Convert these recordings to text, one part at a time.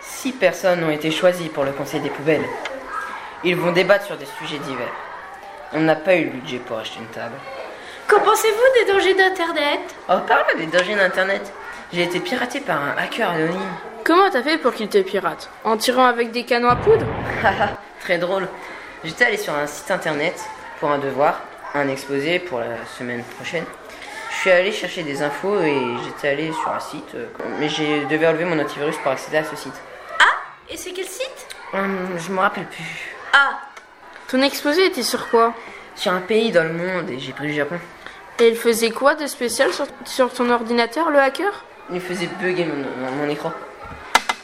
six personnes ont été choisies pour le conseil des poubelles. Ils vont débattre sur des sujets divers. On n'a pas eu le budget pour acheter une table. Qu'en pensez-vous des dangers d'Internet En parlant des dangers d'Internet, j'ai été piraté par un hacker anonyme. Comment t'as fait pour qu'il te pirate En tirant avec des canons à poudre Haha, très drôle. J'étais allé sur un site internet pour un devoir, un exposé pour la semaine prochaine. Je suis allé chercher des infos et j'étais allé sur un site, euh, mais j'ai devais enlever mon antivirus pour accéder à ce site. Ah Et c'est quel site Hum, je me rappelle plus. Ah Ton exposé était sur quoi Sur un pays dans le monde et j'ai pris le Japon. Et il faisait quoi de spécial sur, sur ton ordinateur, le hacker Il faisait bugger mon, mon- mon écran.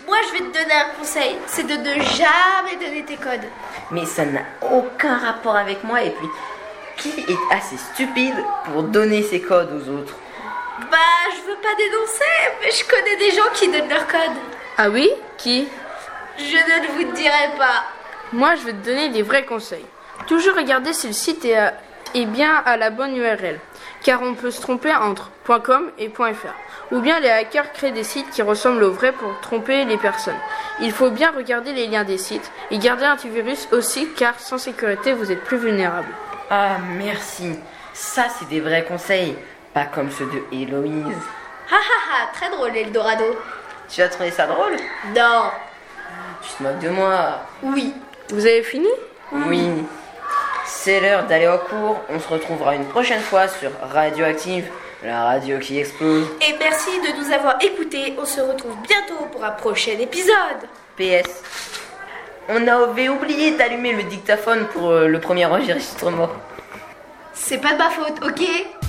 Moi, je vais te donner un conseil c'est de ne jamais donner tes codes. Mais ça n'a aucun rapport avec moi et puis qui est assez stupide pour donner ses codes aux autres Bah, je veux pas dénoncer, mais je connais des gens qui donnent leurs codes. Ah oui Qui Je ne vous dirai pas. Moi, je vais te donner des vrais conseils. Toujours regarder si le site est, à- est bien à la bonne URL, car on peut se tromper entre .com et .fr. Ou bien les hackers créent des sites qui ressemblent aux vrais pour tromper les personnes. Il faut bien regarder les liens des sites et garder l'antivirus aussi, car sans sécurité, vous êtes plus vulnérable. Ah merci, ça c'est des vrais conseils, pas comme ceux de Héloïse. Ha ha ha, très drôle, Eldorado. Tu as trouvé ça drôle Non. Tu te moques de moi Oui. Vous avez fini Oui. C'est l'heure d'aller au cours. On se retrouvera une prochaine fois sur Radioactive, la radio qui explose. Et merci de nous avoir écoutés. On se retrouve bientôt pour un prochain épisode. PS. On avait oublié d'allumer le dictaphone pour euh, le premier enregistrement. C'est pas de ma faute, ok